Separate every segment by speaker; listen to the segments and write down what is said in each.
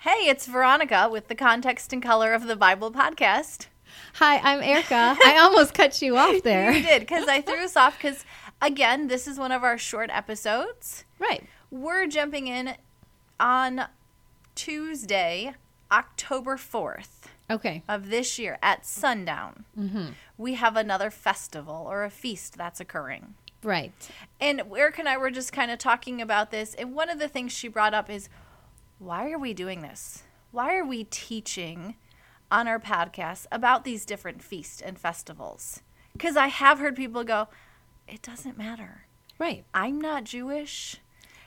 Speaker 1: Hey, it's Veronica with the Context and Color of the Bible podcast.
Speaker 2: Hi, I'm Erica. I almost cut you off there.
Speaker 1: You did, because I threw us off, because again, this is one of our short episodes.
Speaker 2: Right.
Speaker 1: We're jumping in on Tuesday, October 4th
Speaker 2: Okay.
Speaker 1: of this year at sundown. We have another festival or a feast that's occurring.
Speaker 2: Right.
Speaker 1: And Eric and I were just kind of talking about this. And one of the things she brought up is why are we doing this? Why are we teaching on our podcast about these different feasts and festivals? Because I have heard people go, it doesn't matter.
Speaker 2: Right.
Speaker 1: I'm not Jewish.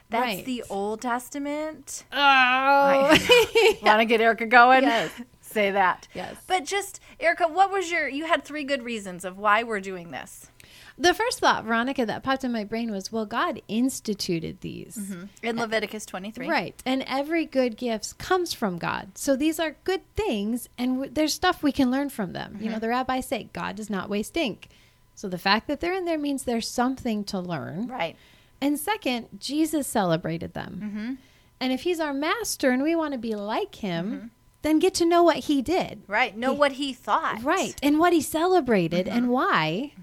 Speaker 1: That's
Speaker 2: Right.
Speaker 1: the Old Testament.
Speaker 2: Oh.
Speaker 1: Want to get Erica going?
Speaker 2: Yes.
Speaker 1: Say that.
Speaker 2: Yes.
Speaker 1: But just, Erica, what was your, you had three good reasons of why we're doing this.
Speaker 2: the first thought, Veronica, that popped in my brain was, well, God instituted these.
Speaker 1: In Leviticus 23.
Speaker 2: Right. And every good gift comes from God. So these are good things, and w- there's stuff we can learn from them. You know, the rabbis say God does not waste ink. So the fact that they're in there means there's something to learn.
Speaker 1: Right.
Speaker 2: And second, Jesus celebrated them. And if he's our master and we want to be like him, then get to know what he did.
Speaker 1: Right. Know
Speaker 2: He-
Speaker 1: what he thought.
Speaker 2: Right. Mm-hmm. And what he celebrated and why.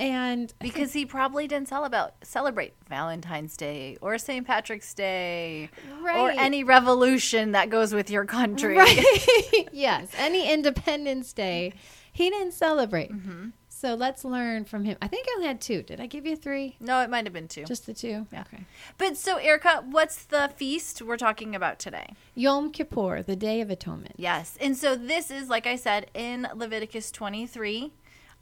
Speaker 2: And
Speaker 1: Because he probably didn't celebrate celebrate Valentine's Day or St. Patrick's Day or
Speaker 2: Right.
Speaker 1: any revolution that goes with your country.
Speaker 2: right. yes, any Independence Day, he didn't celebrate. So let's learn from him. I think I only had two. Did I give you three?
Speaker 1: No, it might have been two.
Speaker 2: Just the two?
Speaker 1: Yeah.
Speaker 2: Okay.
Speaker 1: but so, Erica, what's the feast we're talking about today?
Speaker 2: Yom Kippur, the Day of Atonement.
Speaker 1: Yes. And so this is, like I said, in Leviticus 23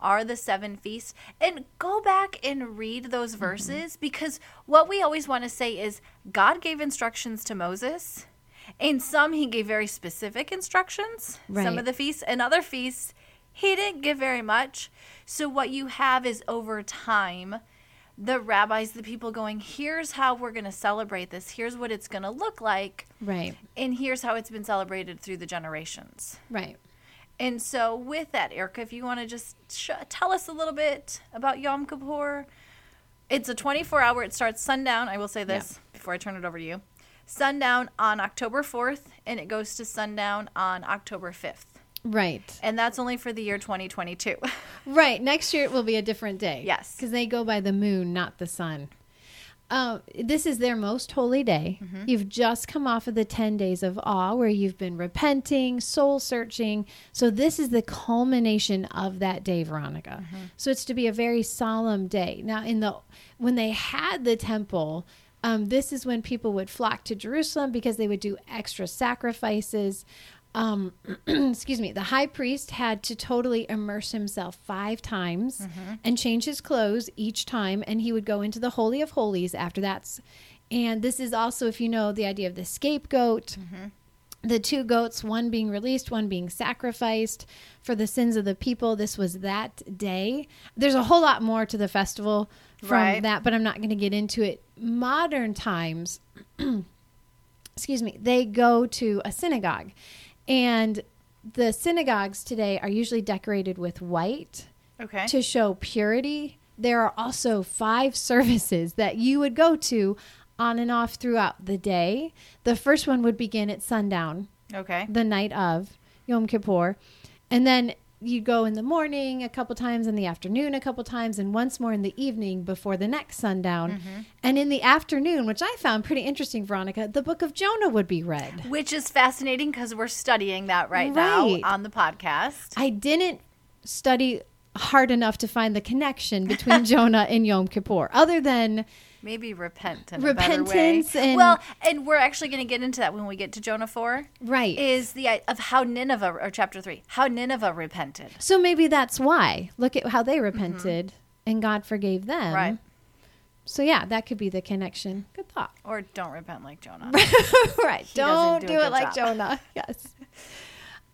Speaker 1: are the seven feasts. And go back and read those verses because what we always want to say is God gave instructions to Moses. In some, he gave very specific instructions, some
Speaker 2: Right.
Speaker 1: of the feasts, and other feasts, he didn't give very much. So, what you have is over time, the rabbis, the people going, here's how we're going to celebrate this, here's what it's going to look like
Speaker 2: Right.
Speaker 1: and here's how it's been celebrated through the generations.
Speaker 2: Right.
Speaker 1: And so, with that, Erica, if you want to just sh- tell us a little bit about Yom Kippur, it's a 24 hour, it starts sundown. I will say this before I turn it over to you sundown on October 4th, and it goes to sundown on October 5th.
Speaker 2: Right.
Speaker 1: And that's only for the year 2022.
Speaker 2: Right. Next year it will be a different day.
Speaker 1: Yes.
Speaker 2: Because they go by the moon, not the sun. Uh, this is their most holy day. You've just come off of the 10 days of awe where you've been repenting, soul searching. So, this is the culmination of that day, Veronica. So, it's to be a very solemn day. Now, in the when they had the temple, um, this is when people would flock to Jerusalem because they would do extra sacrifices um, excuse me, the high priest had to totally immerse himself five times and change his clothes each time, and he would go into the Holy of Holies after that. And this is also, if you know, the idea of the scapegoat. The two goats, one being released, one being sacrificed for the sins of the people. This was that day. There's a whole lot more to the festival from
Speaker 1: Right.
Speaker 2: that, but I'm not going to get into it. Modern times, excuse me, they go to a synagogue. And the synagogues today are usually decorated with white
Speaker 1: okay.
Speaker 2: to show purity. There are also five services that you would go to on and off throughout the day. The first one would begin at sundown,
Speaker 1: Okay.
Speaker 2: the night of Yom Kippur. And then you'd go in the morning a couple times, in the afternoon a couple times, and once more in the evening before the next sundown. And in the afternoon, which I found pretty interesting, Veronica, the book of Jonah would be read.
Speaker 1: Which is fascinating because we're studying that right now
Speaker 2: Right.
Speaker 1: on the podcast.
Speaker 2: I didn't study hard enough to find the connection between Jonah and Yom Kippur, other than
Speaker 1: Maybe repent in a better way.
Speaker 2: Repentance and-
Speaker 1: well, and we're actually going to get into that when we get to Jonah four.
Speaker 2: right.
Speaker 1: Is the i- of how Nineveh or chapter three how Nineveh repented?
Speaker 2: so maybe that's why. Look at how they repented and God forgave them.
Speaker 1: Right.
Speaker 2: So yeah, that could be the connection. Good thought.
Speaker 1: Or don't repent like Jonah.
Speaker 2: right.
Speaker 1: doesn't
Speaker 2: Don't
Speaker 1: do
Speaker 2: do,
Speaker 1: a good
Speaker 2: it
Speaker 1: job.
Speaker 2: like Jonah. Yes.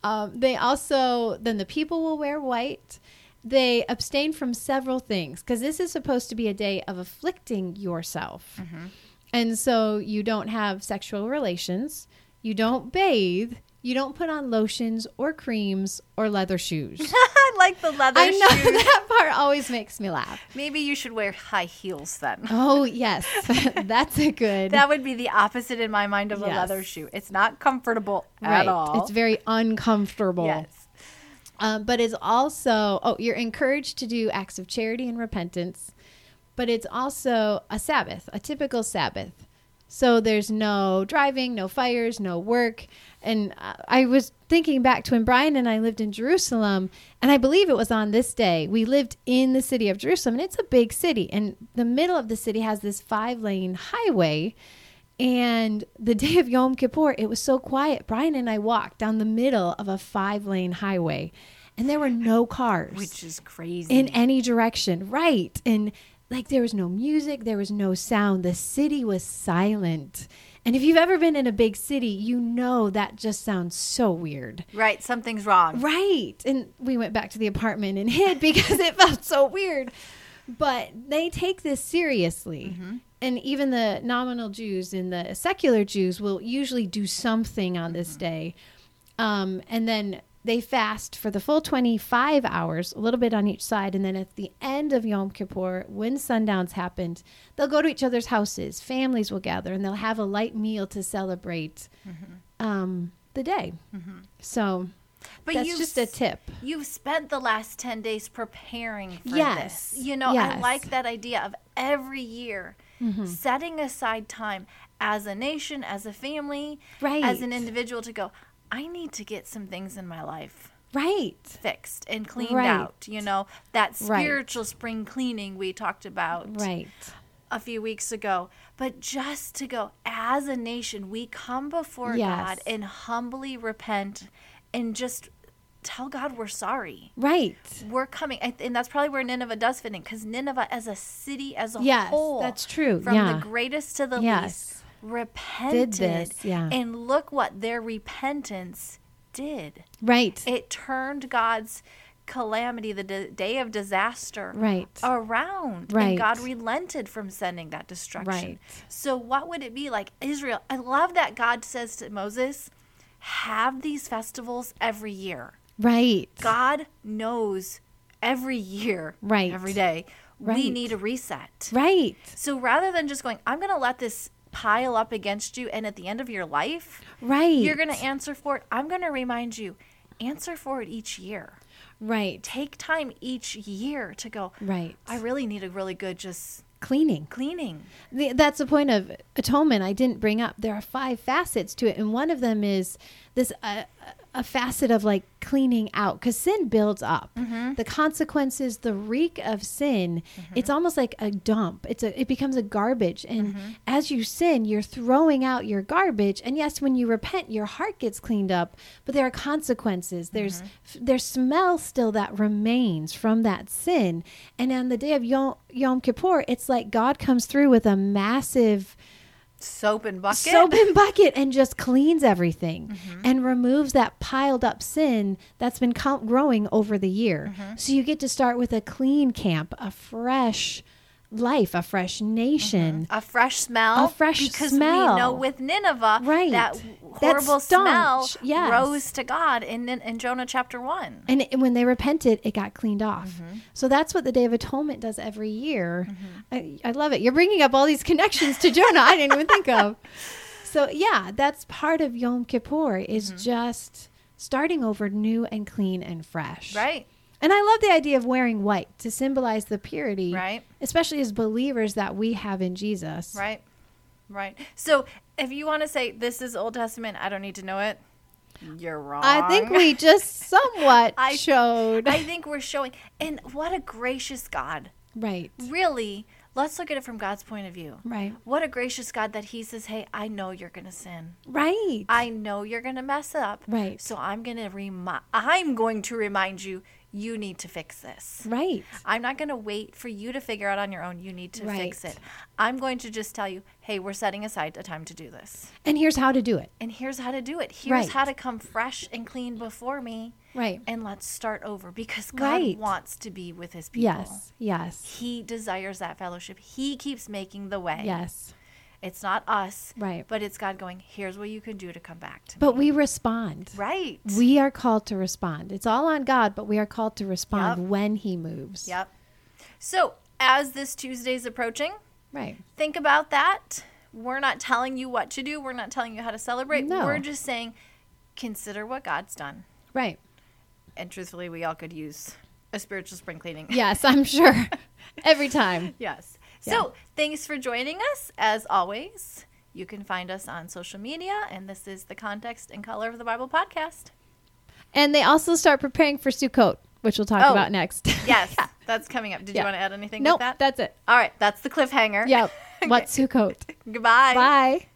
Speaker 2: Um, they also, then the people will wear white. They abstain from several things because this is supposed to be a day of afflicting yourself.
Speaker 1: Mm-hmm.
Speaker 2: And so you don't have sexual relations, you don't bathe, you don't put on lotions or creams or leather shoes.
Speaker 1: I like the leather
Speaker 2: I know
Speaker 1: shoes.
Speaker 2: that part always makes me laugh.
Speaker 1: Maybe you should wear high heels then.
Speaker 2: Oh yes, that's a good.
Speaker 1: That would be the opposite in my mind of a
Speaker 2: Yes.
Speaker 1: leather shoe. It's not comfortable
Speaker 2: right.
Speaker 1: at all.
Speaker 2: It's very uncomfortable.
Speaker 1: yes.
Speaker 2: Um, but it's also oh, you're encouraged to do acts of charity and repentance, but it's also a Sabbath, a typical Sabbath. So there's no driving, no fires, no work. And uh, I was thinking back to when Brian and I lived in Jerusalem, and I believe it was on this day. We lived in the city of Jerusalem, and it's a big city. And the middle of the city has this five lane highway. And the day of Yom Kippur, it was so quiet. Brian and I walked down the middle of a five lane highway, and there were no cars
Speaker 1: Which is crazy.
Speaker 2: in any direction, right? And like there was no music, there was no sound. The city was silent. And if you've ever been in a big city, you know that just sounds so weird.
Speaker 1: right, something's wrong.
Speaker 2: Right. And we went back to the apartment and hid because it felt so weird. But they take this seriously. And even the nominal Jews and the secular Jews will usually do something on this day. Um, and then they fast for the full 25 hours, a little bit on each side. And then at the end of Yom Kippur, when sundown's happened, they'll go to each other's houses. Families will gather and they'll have a light meal to celebrate um, the day. So
Speaker 1: But
Speaker 2: that's
Speaker 1: you've
Speaker 2: just a
Speaker 1: s-
Speaker 2: tip.
Speaker 1: You've spent the last 10 days preparing for
Speaker 2: Yes.
Speaker 1: this. You know, I
Speaker 2: Yes. Mm-hmm.
Speaker 1: like that idea of every year setting aside time as a nation, as a family, as an
Speaker 2: Right.
Speaker 1: individual to go, I need to get some things in my life
Speaker 2: Right.
Speaker 1: fixed and cleaned
Speaker 2: Right.
Speaker 1: out. You know, that
Speaker 2: Right.
Speaker 1: spiritual spring cleaning we talked about
Speaker 2: Right.
Speaker 1: a few weeks ago, but just to go as a nation, we come before
Speaker 2: Yes.
Speaker 1: God and humbly repent and just tell God we're sorry.
Speaker 2: Right.
Speaker 1: We're coming, I th- and that's probably where Nineveh does fit in, because Nineveh, as a city, as a
Speaker 2: Yes,
Speaker 1: whole,
Speaker 2: that's true.
Speaker 1: From
Speaker 2: Yeah.
Speaker 1: the greatest to the
Speaker 2: Yes.
Speaker 1: least, repented.
Speaker 2: this, yeah.
Speaker 1: and look what their repentance did.
Speaker 2: Right.
Speaker 1: It turned God's calamity, the d- day of disaster,
Speaker 2: Right.
Speaker 1: around. And
Speaker 2: Right.
Speaker 1: God relented from sending that destruction.
Speaker 2: Right.
Speaker 1: So, what would it be like? Israel, I love that God says to Moses, have these festivals every year.
Speaker 2: Right.
Speaker 1: God knows every year,
Speaker 2: Right.
Speaker 1: every day, we
Speaker 2: Right.
Speaker 1: need a reset.
Speaker 2: Right.
Speaker 1: So, rather than just going, I'm going to let this pile up against you, and at the end of your life,
Speaker 2: Right.
Speaker 1: you're going to answer for it. I'm going to remind you, answer for it each year.
Speaker 2: right.
Speaker 1: Take time each year to go,
Speaker 2: Right.
Speaker 1: I really need a really good just
Speaker 2: Cleaning.
Speaker 1: cleaning.
Speaker 2: Th- That's the point of atonement. I didn't bring up. There are five facets to it, and one of them is this uh, a facet of like cleaning out because sin builds up. The consequences, the reek of sin. It's almost like a dump. It's a it becomes a garbage, and Mm-hmm. as you sin, you're throwing out your garbage. And yes, when you repent, your heart gets cleaned up, but there are consequences. There's f- there's smell still that remains from that sin, and on the day of Yom, Yom Kippur, it's like God comes through with a massive
Speaker 1: Soap and bucket.
Speaker 2: soap and bucket and just cleans everything and removes that piled up sin that's been co- growing over the year. So you get to start with a clean camp, a fresh life, a fresh nation.
Speaker 1: a fresh smell.
Speaker 2: A fresh
Speaker 1: because we know
Speaker 2: smell.
Speaker 1: with Nineveh
Speaker 2: Right.
Speaker 1: that
Speaker 2: That
Speaker 1: horrible smell
Speaker 2: stench, yes.
Speaker 1: rose to God in, in in Jonah chapter one.
Speaker 2: And it- when they repented, it got cleaned off.
Speaker 1: Mm-hmm.
Speaker 2: So that's what the Day of Atonement does every year.
Speaker 1: Mm-hmm.
Speaker 2: I, I love it. You're bringing up all these connections to Jonah I didn't even think of. So, yeah, that's part of Yom Kippur is
Speaker 1: Mm-hmm.
Speaker 2: just starting over new and clean and fresh.
Speaker 1: Right.
Speaker 2: And I love the idea of wearing white to symbolize the purity,
Speaker 1: Right.
Speaker 2: especially as believers that we have in Jesus.
Speaker 1: Right. Right. So if you want to say this is Old Testament, I don't need to know it. You're wrong.
Speaker 2: I think we just somewhat
Speaker 1: I-
Speaker 2: showed.
Speaker 1: I think we're showing, and what a gracious God.
Speaker 2: right.
Speaker 1: Really, let's look at it from God's point of view.
Speaker 2: Right.
Speaker 1: What a gracious God that He says, Hey, I know you're going to sin.
Speaker 2: Right.
Speaker 1: I know you're going to mess up.
Speaker 2: Right.
Speaker 1: So I'm going to remind I'm going to remind you you need to fix this.
Speaker 2: right.
Speaker 1: I'm not going to wait for you to figure out on your own. You need to fix
Speaker 2: Right.
Speaker 1: it. I'm going to just tell you, "Hey, we're setting aside a time to do this.
Speaker 2: And here's how to do it.
Speaker 1: And here's how to do it. Here's
Speaker 2: Right.
Speaker 1: how to come fresh and clean before me."
Speaker 2: Right.
Speaker 1: And let's start over because God
Speaker 2: Right.
Speaker 1: wants to be with his people.
Speaker 2: Yes. Yes.
Speaker 1: He desires that fellowship. He keeps making the way.
Speaker 2: Yes.
Speaker 1: It's not us,
Speaker 2: Right.
Speaker 1: But it's God going. Here's what you can do to come back to me.
Speaker 2: But we respond.
Speaker 1: Right.
Speaker 2: We are called to respond. It's all on God, but we are called to respond
Speaker 1: Yep.
Speaker 2: when He moves.
Speaker 1: Yep. So as this Tuesday's approaching,
Speaker 2: Right.
Speaker 1: think about that. We're not telling you what to do. We're not telling you how to celebrate.
Speaker 2: No.
Speaker 1: We're just saying, consider what God's done.
Speaker 2: Right.
Speaker 1: And truthfully, we all could use a spiritual spring cleaning.
Speaker 2: Yes, I'm sure. Every time.
Speaker 1: Yes.
Speaker 2: Yeah.
Speaker 1: So thanks for joining us. As always, you can find us on social media, and this is the Context and Color of the Bible podcast.
Speaker 2: And they also start preparing for Sukkot, which we'll talk
Speaker 1: Oh.
Speaker 2: about next.
Speaker 1: Yes, that's coming up. Did
Speaker 2: Yeah.
Speaker 1: you want to add anything
Speaker 2: nope.
Speaker 1: with that?
Speaker 2: That's it.
Speaker 1: All right, that's the cliffhanger.
Speaker 2: Yep. What's Sukkot?
Speaker 1: Goodbye.
Speaker 2: Bye.